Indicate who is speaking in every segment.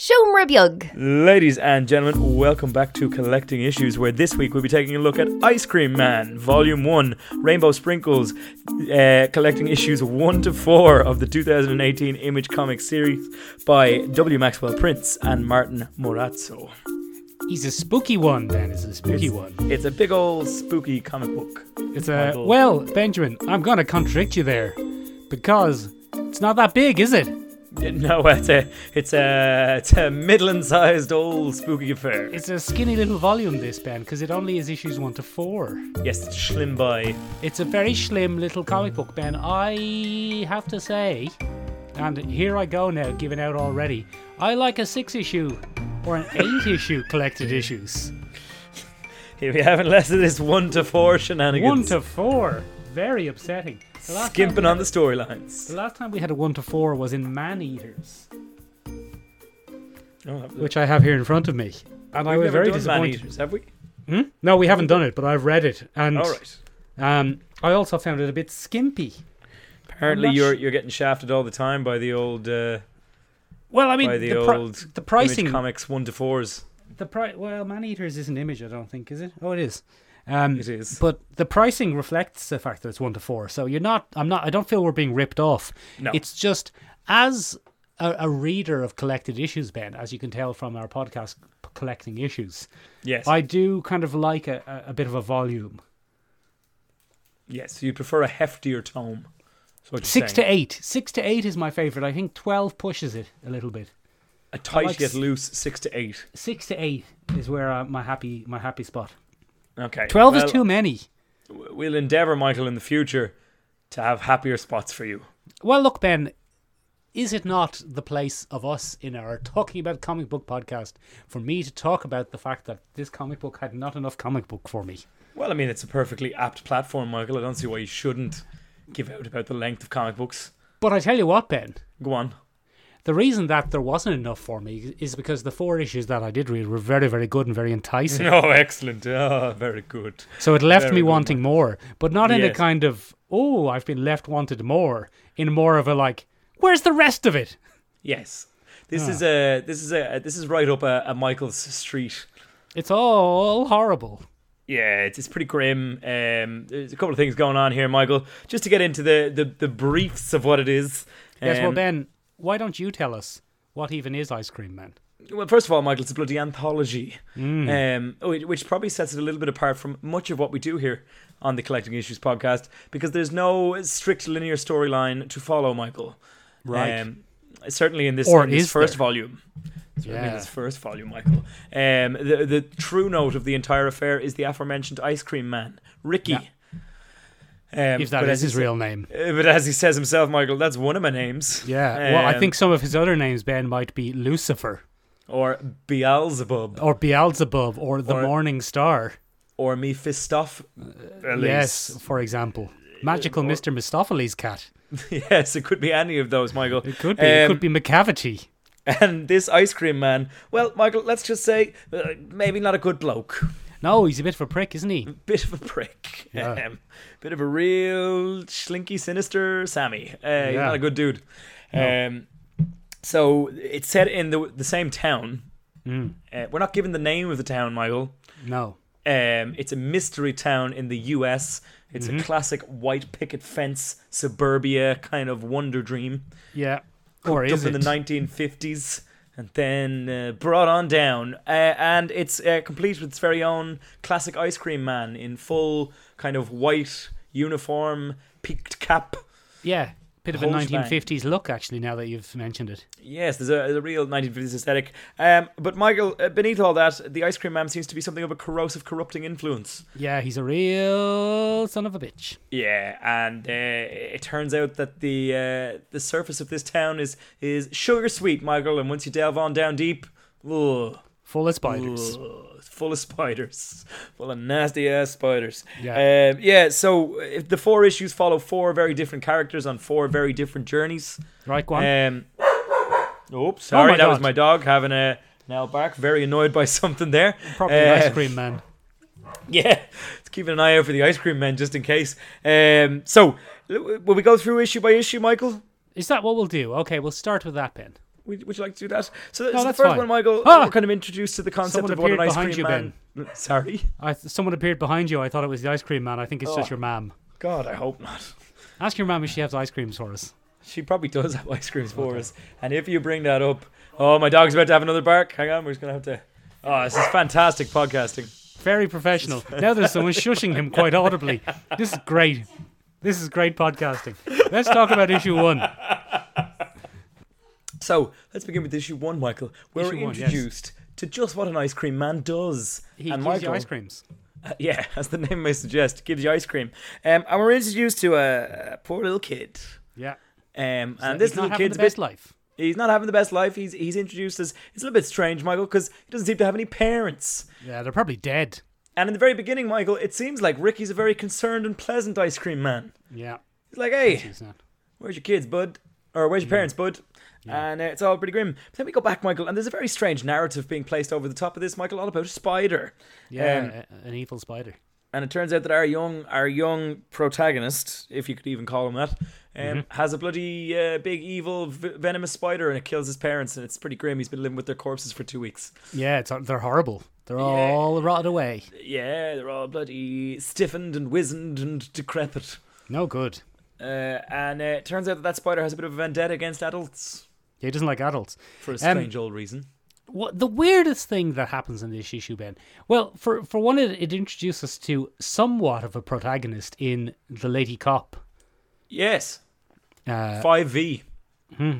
Speaker 1: Shomra Bjug.
Speaker 2: Ladies and gentlemen, welcome back to Collecting Issues, where this week we'll be taking a look at Ice Cream Man, Volume 1, Rainbow Sprinkles, uh, collecting issues 1 to 4 of the 2018 Image Comics series by W. Maxwell Prince and Martin Morazzo.
Speaker 3: He's a spooky one, Ben. Is a spooky
Speaker 2: It's-
Speaker 3: one.
Speaker 2: It's a big old spooky comic book.
Speaker 3: It's a
Speaker 2: Michael.
Speaker 3: well, Benjamin. I'm gonna contradict you there, because it's not that big, is it?
Speaker 2: No, it's a it's a it's a middling-sized old spooky affair.
Speaker 3: It's a skinny little volume, this Ben, because it only is issues one to four.
Speaker 2: Yes, it's slim by.
Speaker 3: It's a very slim little comic book, Ben. I have to say, and here I go now, giving out already. I like a six issue or an eight issue collected issues.
Speaker 2: Here we have less of this one to four shenanigans.
Speaker 3: One to four, very upsetting. The last time
Speaker 2: skimping
Speaker 3: we
Speaker 2: on the
Speaker 3: had-
Speaker 2: storylines.
Speaker 3: The last time we had a one to four was in Man Eaters.
Speaker 2: Oh, that-
Speaker 3: which I have here in front of me. And I
Speaker 2: We've
Speaker 3: was
Speaker 2: never
Speaker 3: very
Speaker 2: done
Speaker 3: disappointed.
Speaker 2: Man-Eaters, have we?
Speaker 3: Hmm? No, we haven't done it, but I've read it, and
Speaker 2: All right.
Speaker 3: um, I also found it a bit skimpy.
Speaker 2: Apparently,
Speaker 3: not
Speaker 2: you're
Speaker 3: su-
Speaker 2: you're getting shafted all the time by the old uh,
Speaker 3: Well, I mean,
Speaker 2: by the,
Speaker 3: the, pri-
Speaker 2: old
Speaker 3: the pricing,
Speaker 2: Image comics one to fours.
Speaker 3: the price. Well, Man Eaters is an image, I don't think, is it? Oh, it is. Um,
Speaker 2: It is.
Speaker 3: But the pricing reflects the fact that it's one to four. So you're not. I'm not. I don't feel we're being ripped off.
Speaker 2: No.
Speaker 3: It's just as a, a reader of collected issues, Ben, as you can tell from our podcast, P- collecting issues.
Speaker 2: yes,
Speaker 3: I do kind of like a, a, a bit of a volume.
Speaker 2: yes. You prefer a heftier tome. So
Speaker 3: Six to eight. Six to eight is my favorite. I think twelve pushes it a little bit.
Speaker 2: a tight
Speaker 3: like
Speaker 2: yet
Speaker 3: s-
Speaker 2: loose. Six to eight.
Speaker 3: Six to eight is where uh, my happy my happy spot.
Speaker 2: Okay.
Speaker 3: Twelve
Speaker 2: Well,
Speaker 3: is too many.
Speaker 2: w- We'll endeavour, Michael, in the future to have happier spots for you.
Speaker 3: Well, look, Ben, is it not the place of us in our talking about comic book podcast for me to talk about the fact that this comic book had not enough comic book for me?
Speaker 2: Well, I mean, it's a perfectly apt platform, Michael. I don't see why you shouldn't give out about the length of comic books.
Speaker 3: But I tell you what, Ben,
Speaker 2: Go on.
Speaker 3: the reason that there wasn't enough for me is because the four issues that I did read were very, very good and very enticing.
Speaker 2: Oh, excellent. Oh, very good.
Speaker 3: So it left
Speaker 2: Very
Speaker 3: me
Speaker 2: good
Speaker 3: wanting more, but not in a
Speaker 2: Yes.
Speaker 3: kind of, oh, I've been left wanted more, in more of a like, where's the rest of it?
Speaker 2: Yes. This is a this is a this is right up a, a Michael's street.
Speaker 3: It's all horrible.
Speaker 2: Yeah, it's, it's pretty grim. Um, there's a couple of things going on here, Michael. Just to get into the the, the briefs of what it is.
Speaker 3: yes, well,
Speaker 2: um,
Speaker 3: Ben, why don't you tell us what even is Ice Cream Man?
Speaker 2: Well, first of all, Michael, it's a bloody anthology,
Speaker 3: Mm.
Speaker 2: um, which, which probably sets it a little bit apart from much of what we do here on the Collecting Issues podcast, because there's no strict linear storyline to follow, Michael.
Speaker 3: Right.
Speaker 2: Um, certainly in this,
Speaker 3: Or
Speaker 2: in this
Speaker 3: is
Speaker 2: first
Speaker 3: there?
Speaker 2: volume. Certainly in
Speaker 3: Yeah.
Speaker 2: this first volume, Michael. Um, the the true note of the entire affair is the aforementioned ice cream man, Ricky. Um,
Speaker 3: If that
Speaker 2: but
Speaker 3: is
Speaker 2: as he
Speaker 3: his
Speaker 2: sa-
Speaker 3: real name.
Speaker 2: Uh, But as he says himself, Michael, that's one of my names.
Speaker 3: Yeah. well, I
Speaker 2: Um,
Speaker 3: think some of his other names, Ben, might be Lucifer
Speaker 2: Or Beelzebub.
Speaker 3: or Beelzebub or the
Speaker 2: Or-
Speaker 3: Morning Star.
Speaker 2: Or Mephistoph.
Speaker 3: Yes, for example. Magical Mr. Mistopheles cat.
Speaker 2: yes, it could be any of those, Michael.
Speaker 3: It could be. it
Speaker 2: Um,
Speaker 3: could be McCavity.
Speaker 2: And this ice cream man, well, Michael, let's just say uh, maybe not a good bloke.
Speaker 3: No, he's a bit of a prick, isn't he?
Speaker 2: Bit of a prick.
Speaker 3: Yeah.
Speaker 2: Um, bit of a real slinky, sinister Sammy. Uh, He's
Speaker 3: Yeah.
Speaker 2: not a good dude. Um, so it's set in the, the same town.
Speaker 3: Mm.
Speaker 2: Uh, we're not given the name of the town, Michael.
Speaker 3: No.
Speaker 2: Um, it's a mystery town in the US. It's
Speaker 3: Mm-hmm.
Speaker 2: a classic white picket fence, suburbia kind of wonder dream.
Speaker 3: Yeah. Or
Speaker 2: Up
Speaker 3: is
Speaker 2: in
Speaker 3: it?
Speaker 2: the 1950s and then uh, brought on down. Uh, and it's uh, complete with its very own classic ice cream man in full kind of white uniform, peaked cap.
Speaker 3: Yeah, bit of a
Speaker 2: Whole shebang.
Speaker 3: 1950s look, actually, now that you've mentioned it.
Speaker 2: Yes, there's a, there's a real 1950s aesthetic. Um, but Michael, uh, beneath all that, the ice cream man seems to be something of a corrosive, corrupting influence.
Speaker 3: Yeah, he's a real son of a bitch.
Speaker 2: Yeah, and uh, it turns out that the uh, the surface of this town is is sugar sweet, Michael. And once you delve on down deep, ugh,
Speaker 3: Full of spiders.
Speaker 2: Ugh, full of spiders, full of nasty ass spiders.
Speaker 3: Yeah.
Speaker 2: um, yeah. So uh, the four issues follow four very different characters on four very different journeys.
Speaker 3: Right, go on.
Speaker 2: Um, oh, sorry,
Speaker 3: my
Speaker 2: that was
Speaker 3: God.
Speaker 2: my dog having a now bark. Very annoyed by something there.
Speaker 3: Probably an
Speaker 2: Uh,
Speaker 3: ice cream man.
Speaker 2: yeah, it's keeping an eye out for the ice cream men just in case. Um, so, l- will we go through issue by issue, Michael?
Speaker 3: Is that what we'll do? Okay, we'll start with that, Ben.
Speaker 2: Would, would you like to do that? So that's,
Speaker 3: that's
Speaker 2: the first
Speaker 3: fine.
Speaker 2: one, Michael.
Speaker 3: Ah!
Speaker 2: We're kind of introduced to the concept
Speaker 3: Someone
Speaker 2: of what an
Speaker 3: appeared
Speaker 2: ice cream
Speaker 3: behind you,
Speaker 2: man. Sorry,
Speaker 3: I th- someone appeared behind you. I thought it was the ice cream man. I think it's just
Speaker 2: Oh.
Speaker 3: your mom.
Speaker 2: God, I hope not.
Speaker 3: Ask your mom if she has ice creams for us.
Speaker 2: She probably does have ice creams for us. And if you bring that up, oh, my dog's about to have another bark. Hang on, we're just gonna have to. Oh, this is fantastic podcasting.
Speaker 3: Very professional. Now there's someone shushing him quite audibly. This is great. This is great podcasting. Let's talk about issue one.
Speaker 2: So let's begin with issue one, Michael. Where
Speaker 3: Issue
Speaker 2: we're
Speaker 3: one, yes.
Speaker 2: introduced to just what an ice cream man does.
Speaker 3: He
Speaker 2: and
Speaker 3: gives
Speaker 2: Michael,
Speaker 3: you ice creams.
Speaker 2: yeah, as the name may suggest, gives you ice cream. Um, and we're introduced to a, a poor little kid.
Speaker 3: Yeah.
Speaker 2: Um, and
Speaker 3: He's
Speaker 2: this
Speaker 3: not
Speaker 2: little
Speaker 3: having
Speaker 2: kid's
Speaker 3: the
Speaker 2: a bit
Speaker 3: best life.
Speaker 2: He's not having the best life. He's he's introduced as it's a little bit strange, Michael, because he doesn't seem to have any parents.
Speaker 3: Yeah, they're probably dead.
Speaker 2: And in the very beginning, Michael, it seems like Ricky's a very concerned and pleasant ice cream man.
Speaker 3: Yeah.
Speaker 2: He's like, "Hey,
Speaker 3: He's not.
Speaker 2: where's your kids, bud? Or where's your parents,
Speaker 3: Mm.
Speaker 2: bud?" And uh, it's all pretty grim. But then we go back, Michael, and there's a very strange narrative being placed over the top of this, Michael, all about a spider. Um,
Speaker 3: Yeah, a- an evil spider.
Speaker 2: and it turns out that our young our young protagonist, if you could even call him that,
Speaker 3: Mm-hmm.
Speaker 2: um, has a bloody uh, big evil v- venomous spider, and it kills his parents, and it's pretty grim. He's been living with their corpses for two weeks.
Speaker 3: Yeah, it's they're horrible. They're all rotted away.
Speaker 2: Yeah, they're all bloody stiffened and wizened and decrepit.
Speaker 3: No good.
Speaker 2: Uh, and uh, it turns out that that spider has a bit of a vendetta against adults
Speaker 3: He doesn't like adults.
Speaker 2: for a strange old reason.
Speaker 3: What the weirdest thing that happens in this issue, Ben? Well, for for one, it, it introduces us to somewhat of a protagonist in the Lady Cop.
Speaker 2: Yes,
Speaker 3: Uh, hmm,
Speaker 2: five V.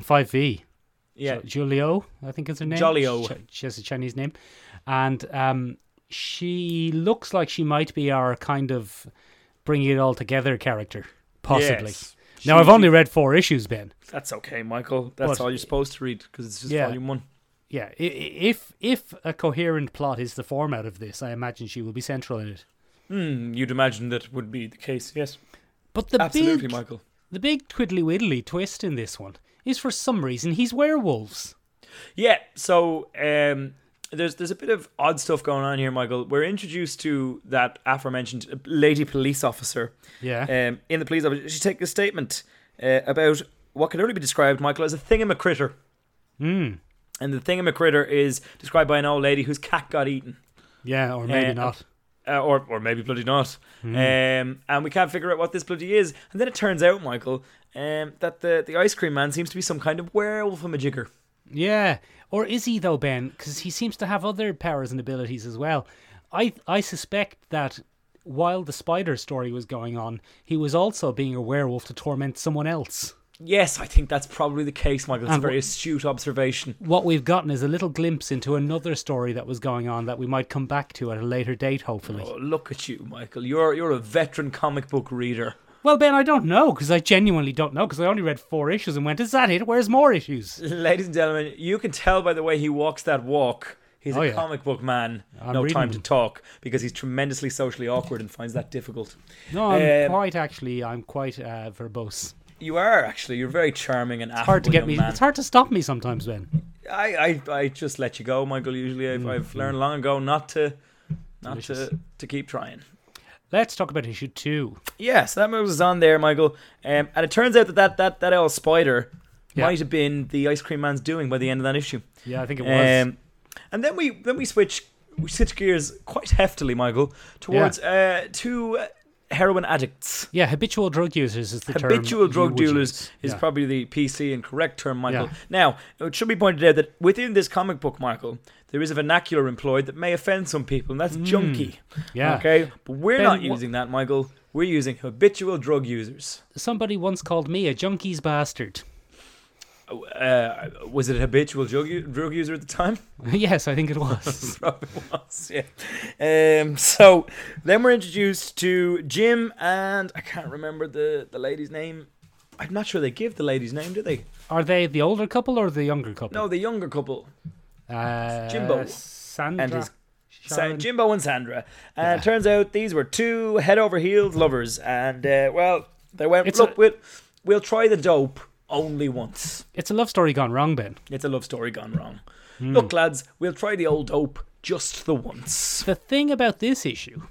Speaker 3: Five V.
Speaker 2: Yeah,
Speaker 3: Julio, I think is her name.
Speaker 2: Jolio.
Speaker 3: She, she has a Chinese name, and um, she looks like she might be our kind of bringing it all together character, possibly.
Speaker 2: Yes.
Speaker 3: Now
Speaker 2: She-
Speaker 3: I've only read four issues, Ben.
Speaker 2: that's okay, Michael. That's
Speaker 3: But-
Speaker 2: all you're supposed to read because it's just
Speaker 3: Yeah.
Speaker 2: volume one.
Speaker 3: Yeah, i- i- if if a coherent plot is the format of this, I imagine she will be central in it.
Speaker 2: Hmm, you'd imagine that would be the case. Yes,
Speaker 3: But the
Speaker 2: absolutely,
Speaker 3: big
Speaker 2: Michael.
Speaker 3: the big twiddly widdly twist in this one is for some reason he's werewolves.
Speaker 2: Yeah, so um, there's there's a bit of odd stuff going on here, Michael. We're introduced to that aforementioned uh, lady police officer
Speaker 3: Yeah.
Speaker 2: um, in the police office. She takes a statement uh, about what can only be described, Michael, as a thingamacritter.
Speaker 3: Hmm.
Speaker 2: And the thingamacritter is described by an old lady whose cat got eaten.
Speaker 3: yeah, or maybe
Speaker 2: uh,
Speaker 3: not.
Speaker 2: Uh, or, or maybe bloody not. Um, and we can't figure out what this bloody is. And then it turns out, Michael, um, that the, the ice cream man seems to be some kind of werewolf a jigger.
Speaker 3: Yeah, or is he though, Ben? Because he seems to have other powers and abilities as well. I I suspect that while the spider story was going on, he was also being a werewolf to torment someone else.
Speaker 2: Yes, I think that's probably the case, Michael. It's a
Speaker 3: And
Speaker 2: very
Speaker 3: wh-
Speaker 2: astute observation.
Speaker 3: What we've gotten is a little glimpse into another story that was going on that we might come back to at a later date, hopefully.
Speaker 2: Oh, look at you, Michael. You're you're a veteran comic book reader.
Speaker 3: Well, Ben, I don't know because I genuinely don't know because I only read four issues and went, "Is that it? Where's more issues?"
Speaker 2: Ladies and gentlemen, you can tell by the way he walks that walk. He's
Speaker 3: Oh,
Speaker 2: a
Speaker 3: yeah.
Speaker 2: comic book man.
Speaker 3: I'm
Speaker 2: no
Speaker 3: reading
Speaker 2: time to
Speaker 3: them.
Speaker 2: talk because he's tremendously socially awkward and finds that difficult.
Speaker 3: No, I'm
Speaker 2: Um,
Speaker 3: quite actually, I'm quite uh, verbose.
Speaker 2: You are actually. You're very charming and affable
Speaker 3: Hard to get
Speaker 2: young
Speaker 3: me.
Speaker 2: man.
Speaker 3: It's hard to stop me sometimes, Ben.
Speaker 2: I, I I just let you go, Michael. Usually, I've, I've learned long ago not to not to,
Speaker 3: Mm-hmm. Delicious.
Speaker 2: to keep trying.
Speaker 3: Let's talk about issue two.
Speaker 2: Yeah, so that moves us on there, Michael. Um, and it turns out that that that, that old spider
Speaker 3: Yeah.
Speaker 2: might have been the ice cream man's doing by the end of that issue.
Speaker 3: Yeah, I think it was.
Speaker 2: Um, and then we then we switch we switch gears quite heftily, Michael, towards uh, two uh, heroin addicts.
Speaker 3: Yeah, habitual drug users is the term.
Speaker 2: Habitual
Speaker 3: you
Speaker 2: drug
Speaker 3: would
Speaker 2: dealers
Speaker 3: use.
Speaker 2: is
Speaker 3: Yeah.
Speaker 2: probably the PC and correct term, Michael.
Speaker 3: Yeah.
Speaker 2: Now, it should be pointed out that within this comic book, Michael, there is a vernacular employed that may offend some people, and that's junkie.
Speaker 3: Hmm. yeah.
Speaker 2: Okay? But we're
Speaker 3: Ben,
Speaker 2: not
Speaker 3: wh-
Speaker 2: using that, Michael. We're using habitual drug users.
Speaker 3: Somebody once called me a junkie's bastard.
Speaker 2: uh, was it a habitual drug, u- drug user at the time?
Speaker 3: yes, I think it was.
Speaker 2: Probably was, yeah. Um, so then we're introduced to Jim and I can't remember the, the lady's name. I'm not sure they give the lady's name, do they?
Speaker 3: Are they the older couple or the younger couple?
Speaker 2: No, the younger couple.
Speaker 3: uh,
Speaker 2: Jimbo.
Speaker 3: Sandra.
Speaker 2: And his- Sa-
Speaker 3: Sharon.
Speaker 2: Jimbo and Sandra. And it turns out these were two head over heels lovers. And, uh, well, they went,
Speaker 3: It's
Speaker 2: look,
Speaker 3: a-
Speaker 2: we'll, we'll try the dope only once.
Speaker 3: it's a love story gone wrong, Ben.
Speaker 2: It's a love story gone wrong.
Speaker 3: Hmm.
Speaker 2: Look, lads, we'll try the old dope just the once.
Speaker 3: The thing about this issue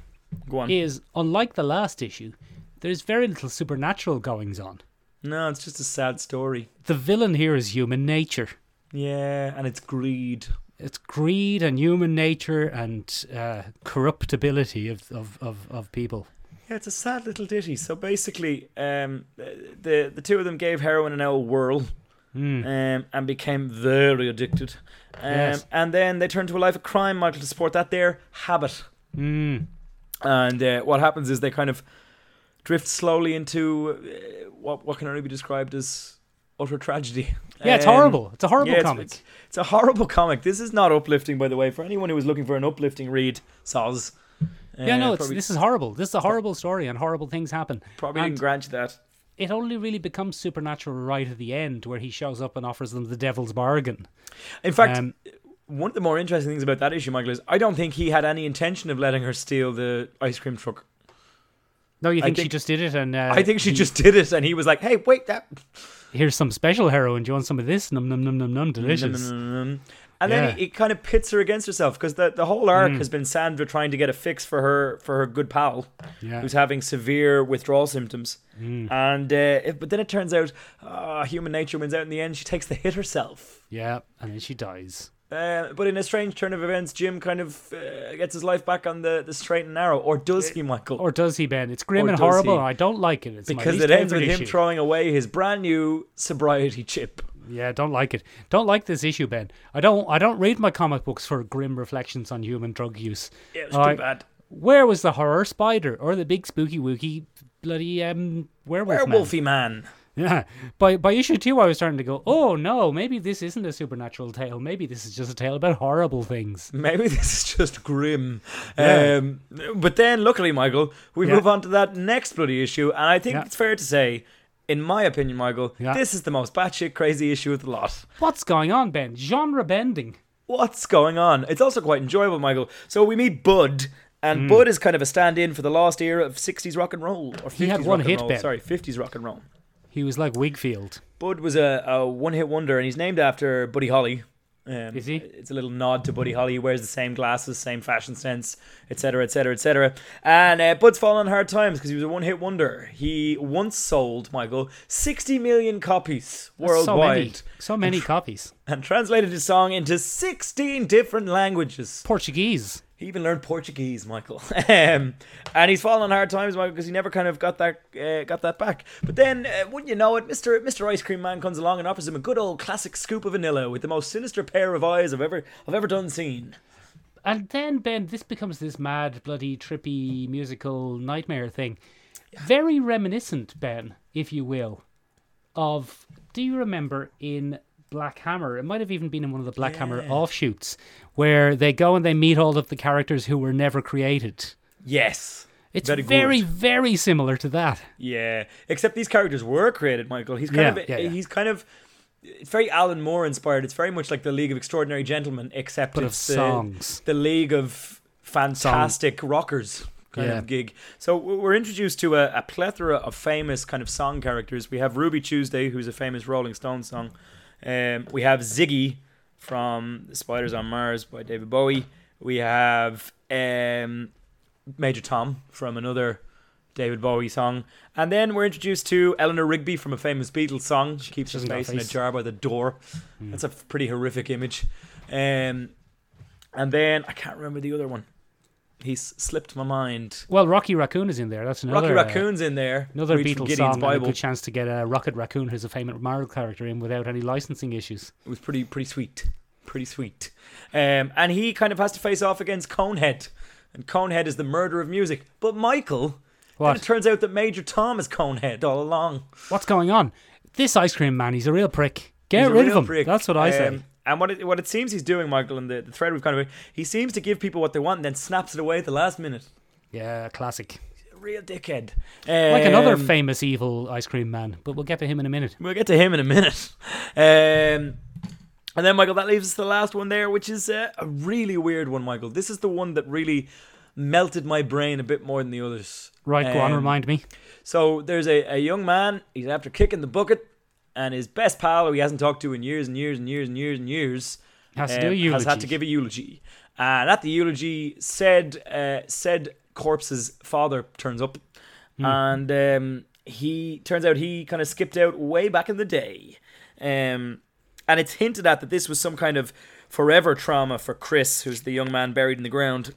Speaker 2: Go on.
Speaker 3: is, unlike the last issue, there's very little supernatural goings on.
Speaker 2: No, it's just a sad story.
Speaker 3: The villain here is human nature.
Speaker 2: Yeah, and it's greed.
Speaker 3: It's greed and human nature and uh, corruptibility of, of, of, of people.
Speaker 2: Yeah, it's a sad little ditty. So basically, um, the the two of them gave heroin an old whirl,
Speaker 3: Hmm.
Speaker 2: um, and became very addicted. Um,
Speaker 3: Yes.
Speaker 2: And then they turned to a life of crime, Michael, to support that their habit.
Speaker 3: Hmm.
Speaker 2: And uh, what happens is they kind of drift slowly into uh, what what can only be described as utter tragedy.
Speaker 3: Yeah, it's
Speaker 2: Um,
Speaker 3: horrible. It's a horrible
Speaker 2: yeah, it's-
Speaker 3: comic.
Speaker 2: It's, it's a horrible comic. This is not uplifting, by the way, for anyone who was looking for an uplifting read. Soz. Uh,
Speaker 3: yeah, no, it's,
Speaker 2: probably,
Speaker 3: this is horrible. This is a horrible story, and horrible things happen.
Speaker 2: probably
Speaker 3: and-
Speaker 2: didn't grant you that.
Speaker 3: It only really becomes supernatural right at the end, where he shows up and offers them the devil's bargain.
Speaker 2: In fact,
Speaker 3: Um,
Speaker 2: one of the more interesting things about that issue, Michael, is I don't think he had any intention of letting her steal the ice cream truck.
Speaker 3: no, you
Speaker 2: I
Speaker 3: think, she
Speaker 2: think-
Speaker 3: just did it, and uh,
Speaker 2: I think she
Speaker 3: he-
Speaker 2: just did it, and he was like, "Hey, wait, that."
Speaker 3: here's some special heroin. Do you want some of this? Num num num num num, delicious.
Speaker 2: And then
Speaker 3: Yeah. Mm.
Speaker 2: it kind of pits her against herself because the, the whole arc has been Sandra trying to get a fix for her for her good pal
Speaker 3: Yeah,
Speaker 2: who's having severe withdrawal symptoms, and uh, it, but then it turns out ah, human nature wins out in the end. She takes the hit herself.
Speaker 3: yeah, and then she dies.
Speaker 2: Uh, but in a strange turn of events, Jim kind of uh, gets his life back on the, the straight and narrow, or does he, Michael?
Speaker 3: Or does he, Ben? It's grim
Speaker 2: Or
Speaker 3: and
Speaker 2: does
Speaker 3: horrible.
Speaker 2: he?
Speaker 3: and I don't like it. It's my
Speaker 2: because
Speaker 3: least
Speaker 2: it ends with
Speaker 3: favorite
Speaker 2: him
Speaker 3: issue.
Speaker 2: throwing away his brand new sobriety chip.
Speaker 3: Yeah, don't like it. Don't like this issue, Ben. I don't. I don't read my comic books for grim reflections on human drug use.
Speaker 2: Yeah, it's
Speaker 3: I-
Speaker 2: too bad.
Speaker 3: Where was the horror spider or the big spooky wookie bloody um werewolf? man?
Speaker 2: Werewolfy man.
Speaker 3: Yeah. By by issue two, I was starting to go, oh no, maybe this isn't a supernatural tale. Maybe this is just a tale about horrible things.
Speaker 2: Maybe this is just grim.
Speaker 3: Yeah.
Speaker 2: Um, but then, luckily, Michael, we
Speaker 3: Yeah.
Speaker 2: move on to that next bloody issue, and I think
Speaker 3: Yeah.
Speaker 2: it's fair to say, in my opinion, Michael,
Speaker 3: Yeah.
Speaker 2: this is the most batshit crazy issue of the lot.
Speaker 3: What's going on, Ben? Genre bending.
Speaker 2: what's going on? It's also quite enjoyable, Michael. So we meet Bud,
Speaker 3: Hmm.
Speaker 2: and Bud is kind of a stand-in for the last era of '60s rock and roll, or 50s
Speaker 3: He had
Speaker 2: rock
Speaker 3: one
Speaker 2: and
Speaker 3: hit
Speaker 2: roll.
Speaker 3: band.
Speaker 2: Sorry, '50s rock and roll.
Speaker 3: He was like Wigfield.
Speaker 2: Bud was a, a one-hit wonder, and he's named after Buddy Holly. Um,
Speaker 3: Is he?
Speaker 2: It's a little nod to Buddy Holly. He wears the same glasses, same fashion sense, etc., etc., etc. And uh, Bud's fallen on hard times because he was a one-hit wonder. He once sold Michael 60 million copies worldwide
Speaker 3: So many, so many copies.
Speaker 2: and translated his song into 16 different languages.
Speaker 3: Portuguese.
Speaker 2: He even learned Portuguese, Michael. um, and he's fallen on hard times, Michael, because he never kind of got that uh, got that back. But then, uh, wouldn't you know it, Mister Mister Ice Cream Man comes along and offers him a good old classic scoop of vanilla with the most sinister pair of eyes I've ever I've ever done seen.
Speaker 3: And then, Ben, this becomes this mad, bloody, trippy musical nightmare thing. Very reminiscent, Ben, if you will, of do you remember in Black Hammer? It might have even been in one of the Black Hammer offshoots where they go and they meet all of the characters who were never created.
Speaker 2: Yes.
Speaker 3: It's
Speaker 2: Very
Speaker 3: very,
Speaker 2: good.
Speaker 3: very, similar to that.
Speaker 2: Yeah. Except these characters were created, Michael. He's kind
Speaker 3: Yeah,
Speaker 2: of
Speaker 3: yeah, yeah.
Speaker 2: he's kind of it's very Alan Moore inspired. It's very much like the League of Extraordinary Gentlemen, except
Speaker 3: But of
Speaker 2: it's the-
Speaker 3: songs.
Speaker 2: the League of Fantastic Rockers kind
Speaker 3: Yeah.
Speaker 2: of gig. So w- we're introduced to a, a plethora of famous kind of song characters. We have Ruby Tuesday, who's a famous Rolling Stones song. Um, we have Ziggy from The Spiders on Mars by David Bowie. We have um, Major Tom from another David Bowie song. And then we're introduced to Eleanor Rigby from a famous Beatles song. She keeps her
Speaker 3: doesn't got a
Speaker 2: face in a
Speaker 3: face. Hmm.
Speaker 2: jar by the door. That's a f- pretty horrific image. Um, and then I can't remember the other one. He's slipped my mind.
Speaker 3: Well, Rocky Raccoon is in there. That's another
Speaker 2: Rocky
Speaker 3: uh,
Speaker 2: Raccoon's in there.
Speaker 3: Another
Speaker 2: Read from
Speaker 3: Beatles
Speaker 2: Gideon's
Speaker 3: song and a
Speaker 2: Bible.
Speaker 3: good chance to get a Rocket Raccoon, who's a famous Marvel character, in without any licensing issues.
Speaker 2: It was pretty pretty sweet. Pretty sweet. Um, and he kind of has to face off against Conehead. And Conehead is the murderer of music. But Michael, then
Speaker 3: What?
Speaker 2: it turns out that Major Tom is Conehead all along.
Speaker 3: What's going on? This ice cream man, he's a real prick. Get
Speaker 2: He's a
Speaker 3: rid of
Speaker 2: real
Speaker 3: him.
Speaker 2: prick.
Speaker 3: That's what I say.
Speaker 2: Um, And what it, what it seems he's doing, Michael, in the, the thread we've kind of he seems to give people what they want and then snaps it away at the last minute.
Speaker 3: Yeah, classic.
Speaker 2: Real dickhead.
Speaker 3: Like another
Speaker 2: Um,
Speaker 3: famous evil ice cream man, but we'll get to him in a minute.
Speaker 2: We'll get to him in a minute. Um, and then, Michael, that leaves us the last one there, which is uh, a really weird one, Michael. This is the one that really melted my brain a bit more than the others.
Speaker 3: Right, go on,
Speaker 2: Um,
Speaker 3: remind me.
Speaker 2: So there's a, a young man, he's after kicking the bucket, and his best pal, who he hasn't talked to in years and years and years and years and years, uh,
Speaker 3: Has to do a
Speaker 2: has had
Speaker 3: eulogy.
Speaker 2: to give a eulogy. And at the eulogy, said uh, said corpse's father turns up,
Speaker 3: Hmm.
Speaker 2: and um, he turns out he kind of skipped out way back in the day. Um, and it's hinted at that this was some kind of forever trauma for Chris, who's the young man buried in the ground.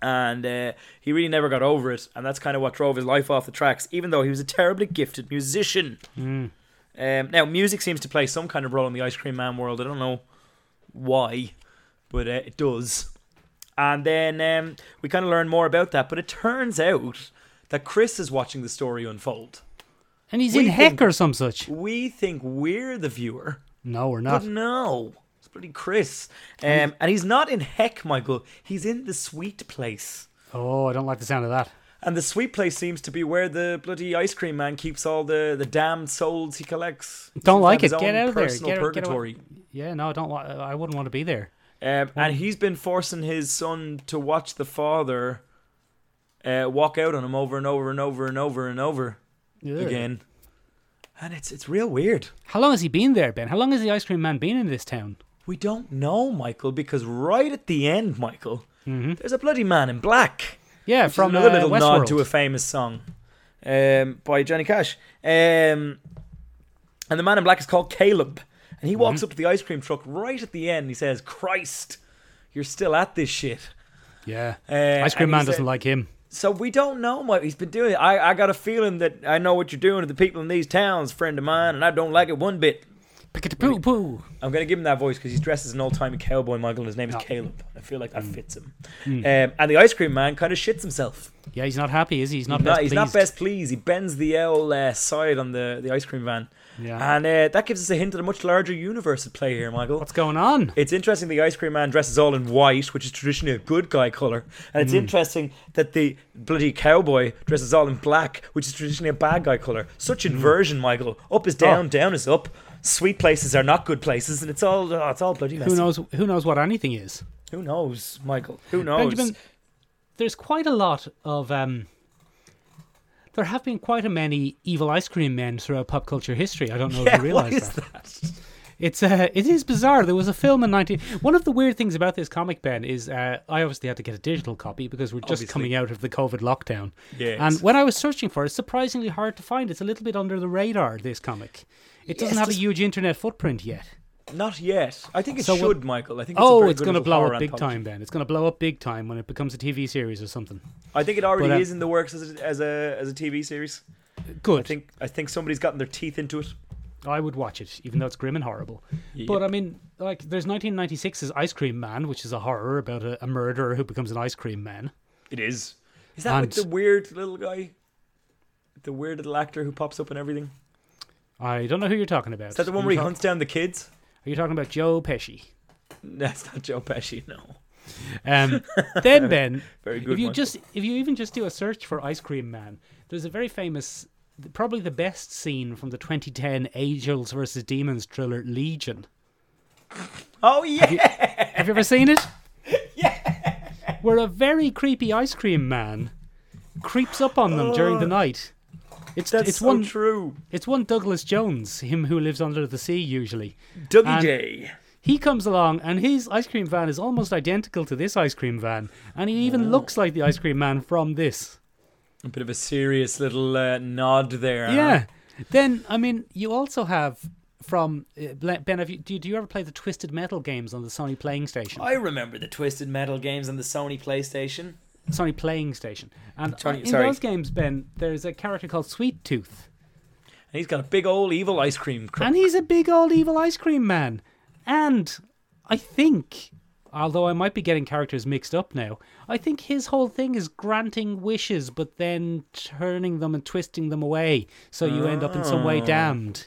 Speaker 2: And uh, he really never got over it, and that's kind of what drove his life off the tracks, even though he was a terribly gifted musician. Um, now, music seems to play some kind of role in the Ice Cream Man world. I don't know why, but uh, it does. And then um, we kind of learn more about that, but it turns out that Chris is watching the story unfold.
Speaker 3: And he's
Speaker 2: We
Speaker 3: in heck
Speaker 2: think-
Speaker 3: or some such.
Speaker 2: We think we're the viewer,
Speaker 3: No, we're
Speaker 2: but
Speaker 3: not.
Speaker 2: no. It's bloody Chris. Um, and he's not in heck, Michael. He's in the sweet place.
Speaker 3: Oh, I don't like the sound of that.
Speaker 2: And the sweet place seems to be where the bloody ice cream man keeps all the, the damned souls he collects. He seems to
Speaker 3: Don't like
Speaker 2: have his
Speaker 3: it. Get
Speaker 2: own
Speaker 3: out of there.
Speaker 2: personal
Speaker 3: Get, out- Mm. get
Speaker 2: purgatory.
Speaker 3: away. Yeah, no, I don't. Wa- I wouldn't want to be there.
Speaker 2: Um, and he's been forcing his son to watch the father uh, walk out on him over and over and over and over and over
Speaker 3: Ugh.
Speaker 2: again. And it's it's real weird.
Speaker 3: How long has he been there, Ben? How long has the ice cream man been in this town?
Speaker 2: We don't know, Michael, because right at the end, Michael,
Speaker 3: Mm-hmm.
Speaker 2: there's a bloody man in black.
Speaker 3: Yeah,
Speaker 2: Which is
Speaker 3: from
Speaker 2: another
Speaker 3: uh,
Speaker 2: little nod
Speaker 3: Westworld.
Speaker 2: to a famous song um, by Johnny Cash. Um, and the man in black is called Caleb. And he
Speaker 3: Mm-hmm.
Speaker 2: walks up to the ice cream truck right at the end. He says, Christ, you're still at this shit.
Speaker 3: Yeah,
Speaker 2: Uh,
Speaker 3: ice cream
Speaker 2: and
Speaker 3: man
Speaker 2: he
Speaker 3: doesn't
Speaker 2: said-
Speaker 3: like him.
Speaker 2: So we don't know what he's been doing. I, I got a feeling that I know what you're doing to the people in these towns, friend of mine, and I don't like it one bit.
Speaker 3: Poo poo.
Speaker 2: I'm going to give him that voice because he's dressed as an old timey cowboy, Michael, and his name is
Speaker 3: Oh.
Speaker 2: Caleb. I feel like that
Speaker 3: Mm.
Speaker 2: fits him. Um, and the ice cream man kind of shits himself.
Speaker 3: Yeah, he's not happy, is he? He's not.
Speaker 2: No,
Speaker 3: best
Speaker 2: he's not
Speaker 3: pleased.
Speaker 2: best pleased. He bends the L uh, side on the, the ice cream van.
Speaker 3: Yeah.
Speaker 2: And uh, that gives us a hint at a much larger universe at play here, Michael.
Speaker 3: What's going on?
Speaker 2: It's interesting the ice cream man dresses all in white, which is traditionally a good guy colour. And
Speaker 3: Mm.
Speaker 2: it's interesting that the bloody cowboy dresses all in black, which is traditionally a bad guy colour. Such inversion, Michael. Up is down,
Speaker 3: Mm. Oh.
Speaker 2: down is up. Sweet places are not good places, and it's all oh, it's all bloody messy.
Speaker 3: Who knows? Who knows what anything is?
Speaker 2: Who knows, Michael? Who knows?
Speaker 3: Benjamin, there's quite a lot of. Um, there have been quite a many evil ice cream men throughout pop culture history. I don't know if
Speaker 2: yeah,
Speaker 3: you
Speaker 2: what
Speaker 3: realize
Speaker 2: is
Speaker 3: that.
Speaker 2: that?
Speaker 3: It's uh, it is bizarre. There was a film in nineteen. One of the weird things about this comic, Ben, is uh, I obviously had to get a digital copy because we're just
Speaker 2: Obviously.
Speaker 3: coming out of the COVID lockdown.
Speaker 2: Yes.
Speaker 3: And when I was searching for it, it's surprisingly hard to find. It's a little bit under the radar. This comic, it doesn't
Speaker 2: Yes,
Speaker 3: have a
Speaker 2: just-
Speaker 3: huge internet footprint yet.
Speaker 2: Not yet. I think it
Speaker 3: So what-
Speaker 2: should, Michael. I think. It's
Speaker 3: oh,
Speaker 2: a very
Speaker 3: it's
Speaker 2: good
Speaker 3: going to
Speaker 2: little
Speaker 3: blow
Speaker 2: horror
Speaker 3: up big
Speaker 2: anthology.
Speaker 3: time, Ben. It's going to blow up big time when it becomes a TV series or something.
Speaker 2: I think it already
Speaker 3: But, um,
Speaker 2: is in the works as a, as a as a TV series.
Speaker 3: Good.
Speaker 2: I think I think somebody's gotten their teeth into it.
Speaker 3: I would watch it, even though it's grim and horrible. But I mean, like, there's 1996's Ice Cream Man, which is a horror about a, a murderer who becomes an ice cream man.
Speaker 2: It is. uh, Is that with
Speaker 3: And-
Speaker 2: the weird little guy? The weird little actor who pops up and everything?
Speaker 3: I don't know who you're talking about.
Speaker 2: Is that the one
Speaker 3: Are
Speaker 2: where he
Speaker 3: you talk-
Speaker 2: hunts down the kids?
Speaker 3: Are you talking about Joe Pesci?
Speaker 2: That's not Joe Pesci, no.
Speaker 3: Um, then Ben,
Speaker 2: Very good
Speaker 3: if you
Speaker 2: one.
Speaker 3: just if you even just do a search for Ice Cream Man, there's a very famous, probably the best scene from the 2010 Angels versus Demons thriller Legion.
Speaker 2: Oh, yeah!
Speaker 3: Have you ever seen it? yeah. Where a very creepy ice cream man creeps up on them during the night. It's
Speaker 2: Oh. That's
Speaker 3: it's
Speaker 2: so
Speaker 3: one
Speaker 2: true.
Speaker 3: it's one Douglas Jones, him who lives under the sea usually.
Speaker 2: Dougie
Speaker 3: And-
Speaker 2: Day.
Speaker 3: He comes along and his ice cream van is almost identical to this ice cream van, and he even
Speaker 2: Oh.
Speaker 3: looks like the ice cream man from this.
Speaker 2: A bit of a serious little uh, nod there. huh?
Speaker 3: Yeah. Then I mean, you also have from uh, Ble- Ben. Have you, do, you, do you ever play the Twisted Metal games on the Sony Playing Station?
Speaker 2: I remember the Twisted Metal games on the Sony PlayStation.
Speaker 3: Sony Playing Station. And uh,
Speaker 2: Sony-
Speaker 3: in
Speaker 2: sorry.
Speaker 3: those games, Ben, there's a character called Sweet Tooth,
Speaker 2: And he's got a big old evil ice cream cr-
Speaker 3: and he's a big old evil ice cream man. And I think, although I might be getting characters mixed up now, I think his whole thing is granting wishes, but then turning them and twisting them away, so you end up in some
Speaker 2: Ah.
Speaker 3: way damned.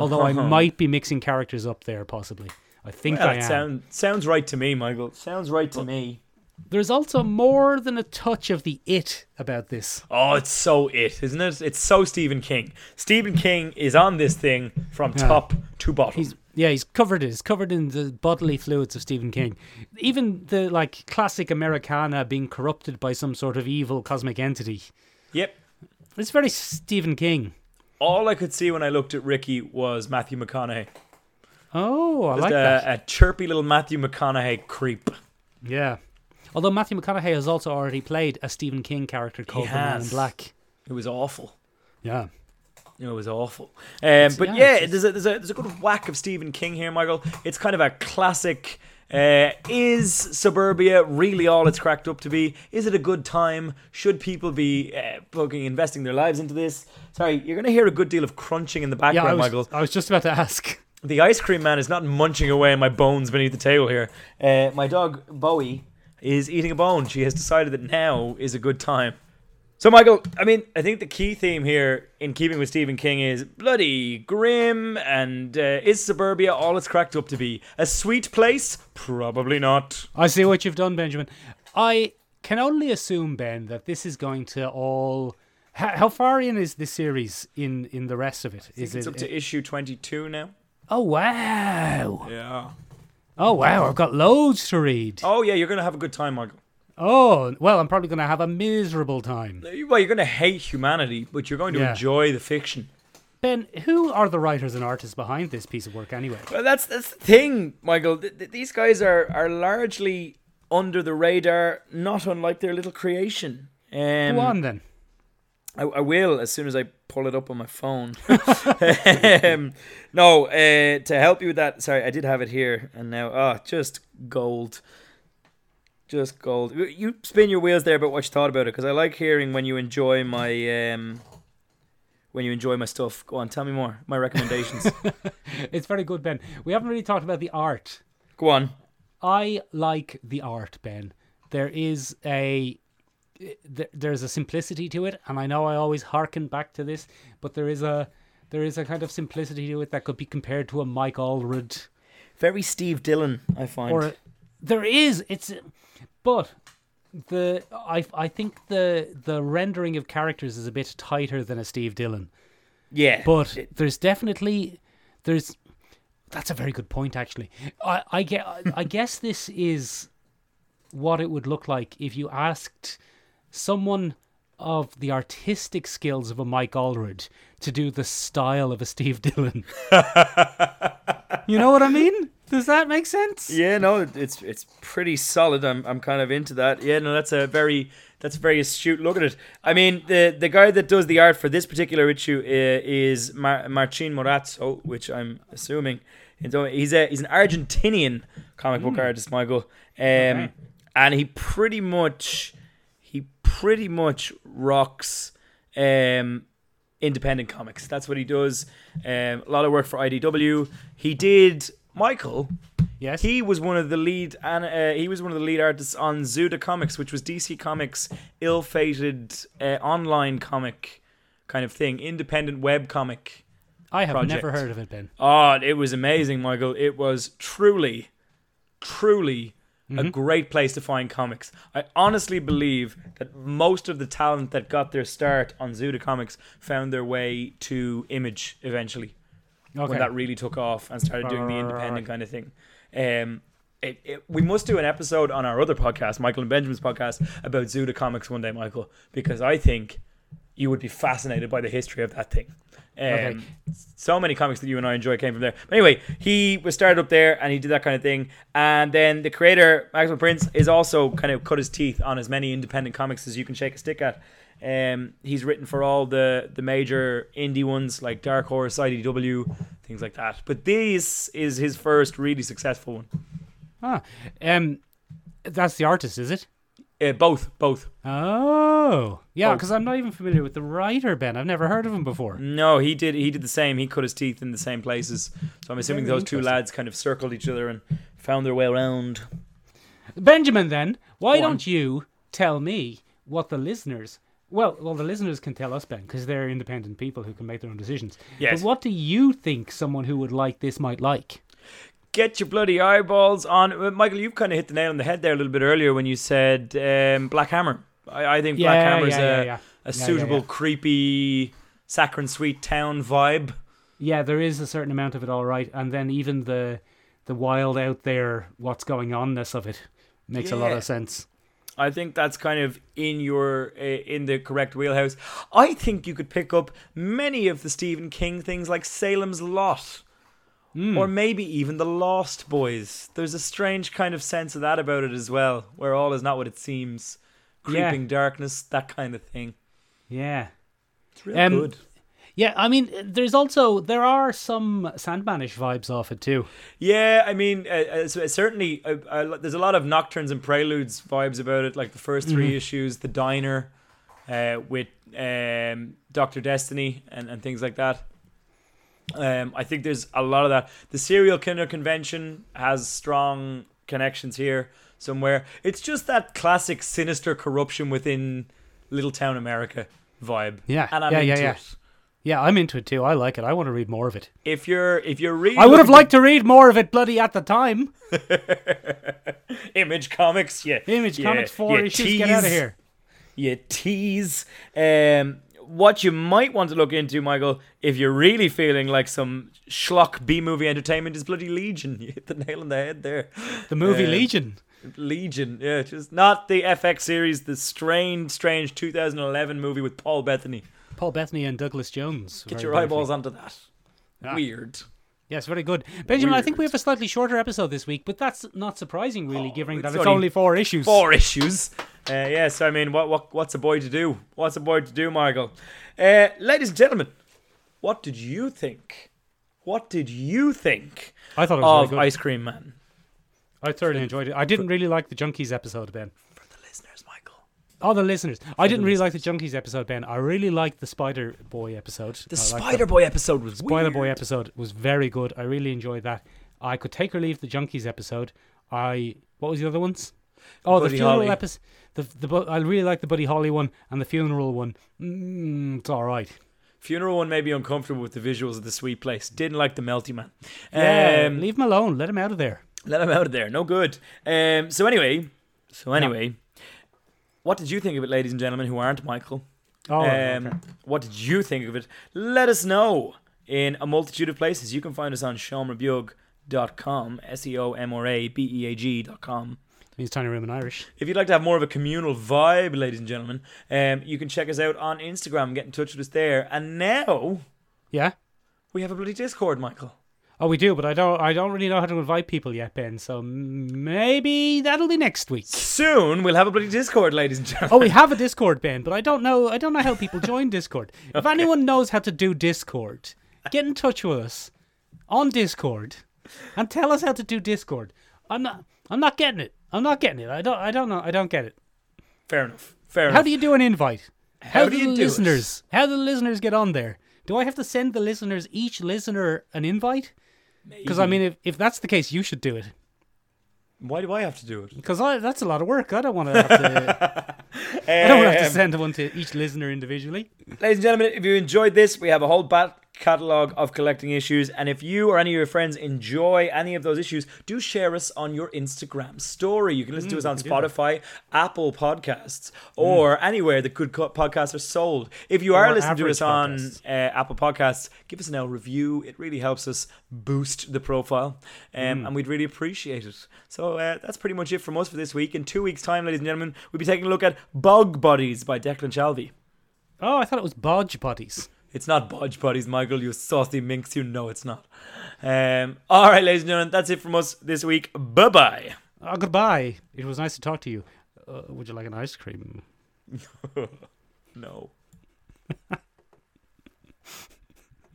Speaker 3: Although I might be mixing characters up there, possibly. I think
Speaker 2: Uh-huh. Well,
Speaker 3: I am.
Speaker 2: it sound, sounds right to me, Michael. Sounds right to me.
Speaker 3: There's also more than a touch of the it about this.
Speaker 2: Oh, it's so it, isn't it? It's so Stephen King. Stephen King is on this thing from top to bottom.
Speaker 3: He's yeah, he's covered. He's covered in the bodily fluids of Stephen King. Even the like classic Americana being corrupted by some sort of evil cosmic entity.
Speaker 2: yep.
Speaker 3: It's very Stephen King.
Speaker 2: All I could see when I looked at Ricky was Matthew McConaughey.
Speaker 3: Oh, I like
Speaker 2: Just uh, a,
Speaker 3: that.
Speaker 2: a chirpy little Matthew McConaughey creep.
Speaker 3: Yeah. Although Matthew McConaughey has also already played a Stephen King character called the Man in
Speaker 2: has.
Speaker 3: Black.
Speaker 2: It was awful.
Speaker 3: Yeah.
Speaker 2: It was awful. Um, but
Speaker 3: yeah,
Speaker 2: yeah,
Speaker 3: it's just-
Speaker 2: there's, a, there's, a, there's a good whack of Stephen King here, Michael. It's kind of a classic. Uh, is suburbia really all it's cracked up to be? Is it a good time? Should people be uh, fucking investing their lives into this? Sorry, you're going to hear a good deal of crunching in the
Speaker 3: Yeah,
Speaker 2: background,
Speaker 3: I was,
Speaker 2: Michael.
Speaker 3: I was just about to ask.
Speaker 2: The ice cream man is not munching away my bones beneath the table here. Uh, my dog Bowie is eating a bone. She has decided that now is a good time. So, Michael, I mean, I think the key theme here, in keeping with Stephen King, is bloody grim and uh, is suburbia all it's cracked up to be? A sweet place? Probably not.
Speaker 3: I see what you've done, Benjamin. I can only assume, Ben, that this is going to all. How, how far in is this series in in the rest of it? Is
Speaker 2: It's up
Speaker 3: it?
Speaker 2: to issue 22 now.
Speaker 3: oh wow!
Speaker 2: Yeah.
Speaker 3: Oh wow! I've got loads to read.
Speaker 2: Oh, yeah, you're going to have a good time, Michael.
Speaker 3: Oh well, I'm probably going to have a miserable time.
Speaker 2: Uh, Well, you're going to hate humanity, but you're going to
Speaker 3: Yeah.
Speaker 2: enjoy the fiction.
Speaker 3: Ben, who are the writers and artists behind this piece of work anyway?
Speaker 2: Well, that's that's the thing, Michael. Th- th- these guys are are largely under the radar, not unlike their little creation. Um,
Speaker 3: Go on then.
Speaker 2: I, I will as soon as I pull it up on my phone. um, no, uh, to help you with that. Sorry, I did have it here, and now ah, just gold, just gold. You- You spin your wheels there about what you thought about it, because I like hearing when you enjoy my um, when you enjoy my stuff. Go on, tell me more. My recommendations.
Speaker 3: It's very good, Ben. We haven't really talked about the art.
Speaker 2: Go on.
Speaker 3: I like the art, Ben. There is a th- there's a simplicity to it, and I know I always hearken back to this, but there is a there is a kind of simplicity to it that could be compared to a Mike Allred
Speaker 2: Very Steve Dillon, I find.
Speaker 3: or a, there is it's but the I I think the the rendering of characters is a bit tighter than a Steve Dillon.
Speaker 2: yeah,
Speaker 3: but
Speaker 2: It-
Speaker 3: there's definitely there's that's a very good point actually i i get i guess this is what it would look like if you asked someone of the artistic skills of a Mike Allred to do the style of a Steve Dillon. you know what I mean? Does that make sense?
Speaker 2: yeah, no, it- it's it's pretty solid. I'm I'm kind of into that. Yeah, no, that's a very that's a very astute look at it. I mean, the the guy that does the art for this particular issue uh, is Mar- Marcin Morazzo, which I'm assuming and so he's a he's an Argentinian comic book artist, Michael. Um, and he pretty much he pretty much rocks um independent comics. That's what he does. Um, a lot of work for IDW. He did Michael.
Speaker 3: Yes.
Speaker 2: He was one of the lead and uh, he was one of the lead artists on Zuda Comics, which was DC Comics' ill-fated uh, online comic kind of thing, independent web comic.
Speaker 3: I have
Speaker 2: project.
Speaker 3: never heard of it, Ben.
Speaker 2: Oh, it was amazing, Michael. It was truly, truly a great place to find comics. I honestly believe that most of the talent that got their start on Zuda Comics found their way to Image eventually
Speaker 3: Okay.
Speaker 2: when that really took off and started doing the
Speaker 3: Right, right, right,
Speaker 2: independent kind of thing. Um, it, it, we must do an episode on our other podcast, Michael and Benjamin's podcast, about Zuda Comics one day, Michael, because I think you would be fascinated by the history of that thing. Um,
Speaker 3: Okay.
Speaker 2: So many comics that you and I enjoy came from there. But anyway, he was started up there and he did that kind of thing. And then the creator, Maxwell Prince, is also kind of cut his teeth on as many independent comics as you can shake a stick at. Um, he's written for all the, the major indie ones like Dark Horse, IDW, things like that. But this is his first really successful one.
Speaker 3: ah, um, that's the artist, is it?
Speaker 2: Uh, both, both.
Speaker 3: Oh, yeah,
Speaker 2: Oh.
Speaker 3: because I'm not even familiar with the writer, Ben. I've never heard of him before.
Speaker 2: No, he did. He did the same. He cut his teeth in the same places. So I'm assuming
Speaker 3: Very
Speaker 2: those two
Speaker 3: interesting.
Speaker 2: lads kind of circled each other and found their way around.
Speaker 3: Benjamin, then, why
Speaker 2: Go on.
Speaker 3: don't you tell me what the listeners? Well, well, the listeners can tell us, Ben, because they're independent people who can make their own decisions.
Speaker 2: Yes.
Speaker 3: But what do you think someone who would like this might like?
Speaker 2: Get your bloody eyeballs on, uh, Michael. You've kind of hit the nail on the head there a little bit earlier when you said um, Black Hammer. I, I think Black
Speaker 3: Yeah,
Speaker 2: Hammer's
Speaker 3: yeah, yeah,
Speaker 2: a,
Speaker 3: yeah.
Speaker 2: a
Speaker 3: yeah,
Speaker 2: suitable,
Speaker 3: yeah.
Speaker 2: creepy, saccharine sweet town vibe.
Speaker 3: Yeah, there is a certain amount of it, all right, and then even the the wild out there, what's going onness of it makes a lot
Speaker 2: Yeah.
Speaker 3: of sense.
Speaker 2: I think that's kind of in your uh, in the correct wheelhouse. I think you could pick up many of the Stephen King things like Salem's Lot. Or maybe even the Lost Boys. There's a strange kind of sense of that about it as well, where all is not what it seems.
Speaker 3: Yeah.
Speaker 2: Creeping darkness, that kind of thing.
Speaker 3: Yeah.
Speaker 2: It's real
Speaker 3: Um,
Speaker 2: good.
Speaker 3: Yeah, I mean, there's also there are some Sandmanish vibes off it too.
Speaker 2: Yeah, I mean, uh, uh, so- certainly uh, uh, there's a lot of nocturnes and preludes vibes about it, like the first
Speaker 3: Mm-hmm.
Speaker 2: three issues, the diner, uh, with um, Doctor Destiny and, and things like that. Um, I think there's a lot of that. The serial killer convention has strong connections here somewhere. It's just that classic sinister corruption within little town America vibe.
Speaker 3: Yeah,
Speaker 2: and I'm
Speaker 3: yeah,
Speaker 2: into
Speaker 3: yeah, yeah.
Speaker 2: it.
Speaker 3: Yeah, I'm into it too. I like it. I want to read more of it.
Speaker 2: If you're if you're really
Speaker 3: I would have
Speaker 2: looking
Speaker 3: liked to read more of it, bloody at the time.
Speaker 2: for Image Comics, yeah,
Speaker 3: Image
Speaker 2: yeah,
Speaker 3: Comics four
Speaker 2: yeah,
Speaker 3: issues. Get out of
Speaker 2: tease.
Speaker 3: here.
Speaker 2: you tease. Um, what you might want to look into, Michael, if you're really feeling like some schlock B movie entertainment, is bloody Legion. You hit the nail on the head there.
Speaker 3: The movie
Speaker 2: Um,
Speaker 3: Legion.
Speaker 2: Legion, yeah, just not the FX series, the strange, strange 2011 movie with Paul Bettany.
Speaker 3: Paul Bethany and Douglas Jones.
Speaker 2: Get
Speaker 3: very
Speaker 2: your
Speaker 3: briefly.
Speaker 2: eyeballs onto that.
Speaker 3: Ah.
Speaker 2: Weird.
Speaker 3: Yes, very good. Benjamin, I think we
Speaker 2: Weird.
Speaker 3: have a slightly shorter episode this week, but that's not surprising, really, given
Speaker 2: Oh,
Speaker 3: that
Speaker 2: it's
Speaker 3: it's
Speaker 2: only
Speaker 3: only four issues.
Speaker 2: four issues. Uh, yes, I mean, what, what, what's a boy to do? What's a boy to do, Michael? Uh, ladies and gentlemen, what did you think? What did you think
Speaker 3: I thought it was
Speaker 2: of
Speaker 3: really good.
Speaker 2: Ice Cream Man?
Speaker 3: I thoroughly enjoyed it. I didn't really like the Junkies episode, Ben.
Speaker 2: For the listeners, Michael.
Speaker 3: Oh, the listeners. I didn't really like the Junkies episode, Ben. I really liked the Spider Boy episode.
Speaker 2: The
Speaker 3: I liked
Speaker 2: Spider Boy episode was
Speaker 3: Spoiler
Speaker 2: weird.
Speaker 3: Boy episode was very good. I really enjoyed that. I could take or leave the Junkies episode. I what was the other ones? Oh,
Speaker 2: Buddy
Speaker 3: the funeral
Speaker 2: Holly.
Speaker 3: episode. The the bu- I really like the Buddy Holly one and the funeral one. Mm, it's all right.
Speaker 2: Funeral one may be uncomfortable with the visuals of the sweet place. Didn't like the Melty Man.
Speaker 3: Yeah,
Speaker 2: Um,
Speaker 3: leave him alone. Let him out of there.
Speaker 2: let him out of there. No good. Um, so anyway, so anyway, what did you think of it, ladies and gentlemen, who aren't Michael?
Speaker 3: Oh,
Speaker 2: um, What did you think of it? Let us know in a multitude of places. You can find us on seomrabeug.com, S E O M R A B E A G.com.
Speaker 3: means tiny room in Irish.
Speaker 2: If you'd like to have more of a communal vibe, ladies and gentlemen, um, you can check us out on Instagram, get in touch with us there. And now
Speaker 3: Yeah.
Speaker 2: we have a bloody Discord, Michael.
Speaker 3: Oh, we do, but I don't. I don't really know how to invite people yet, Ben. So maybe that'll be next week.
Speaker 2: Soon we'll have a bloody Discord, ladies and gentlemen.
Speaker 3: Oh, we have a Discord, Ben, but I don't know. I don't know how people join Discord. If anyone knows how to do Discord, get in touch with us on Discord and tell us how to do Discord. I'm not. I'm not getting it. I'm not getting it. I don't. I don't know. I don't get it.
Speaker 2: Fair enough. Fair enough.
Speaker 3: Oh, How do you do an invite? How,
Speaker 2: do you
Speaker 3: the
Speaker 2: do it?
Speaker 3: listeners? How do the listeners get on there? Do I have to send the listeners each listener an invite? Because I mean, if, if that's the case, you should do it.
Speaker 2: Why do I have to do it?
Speaker 3: Because that's a lot of work. I don't want to have to. I don't want to have to send one to each listener individually.
Speaker 2: Ladies and gentlemen, if you enjoyed this, we have a whole back catalogue of collecting issues. And if you or any of your friends enjoy any of those issues, do share us on your Instagram story. You can listen to
Speaker 3: Mm,
Speaker 2: us on Spotify, Apple Podcasts, or anywhere that good co- podcasts are sold. If you are
Speaker 3: Or
Speaker 2: listening to us
Speaker 3: average
Speaker 2: on
Speaker 3: podcasts.
Speaker 2: uh, Apple Podcasts, give us an L review. It really helps us boost the profile, um,
Speaker 3: Mm.
Speaker 2: and we'd really appreciate it. So uh, that's pretty much it from us for this week. In two weeks' time, ladies and gentlemen, we'll be taking a look at Bog Bodies by Declan Shalvey.
Speaker 3: Oh, I thought it was bodge bodies.
Speaker 2: It's not Bodge Buddies, Michael, you saucy minx. You know it's not. Um, all right, ladies and gentlemen, that's it from us this week. Bye bye.
Speaker 3: Oh, goodbye. It was nice to talk to you. Uh, would you like an ice cream?
Speaker 2: No.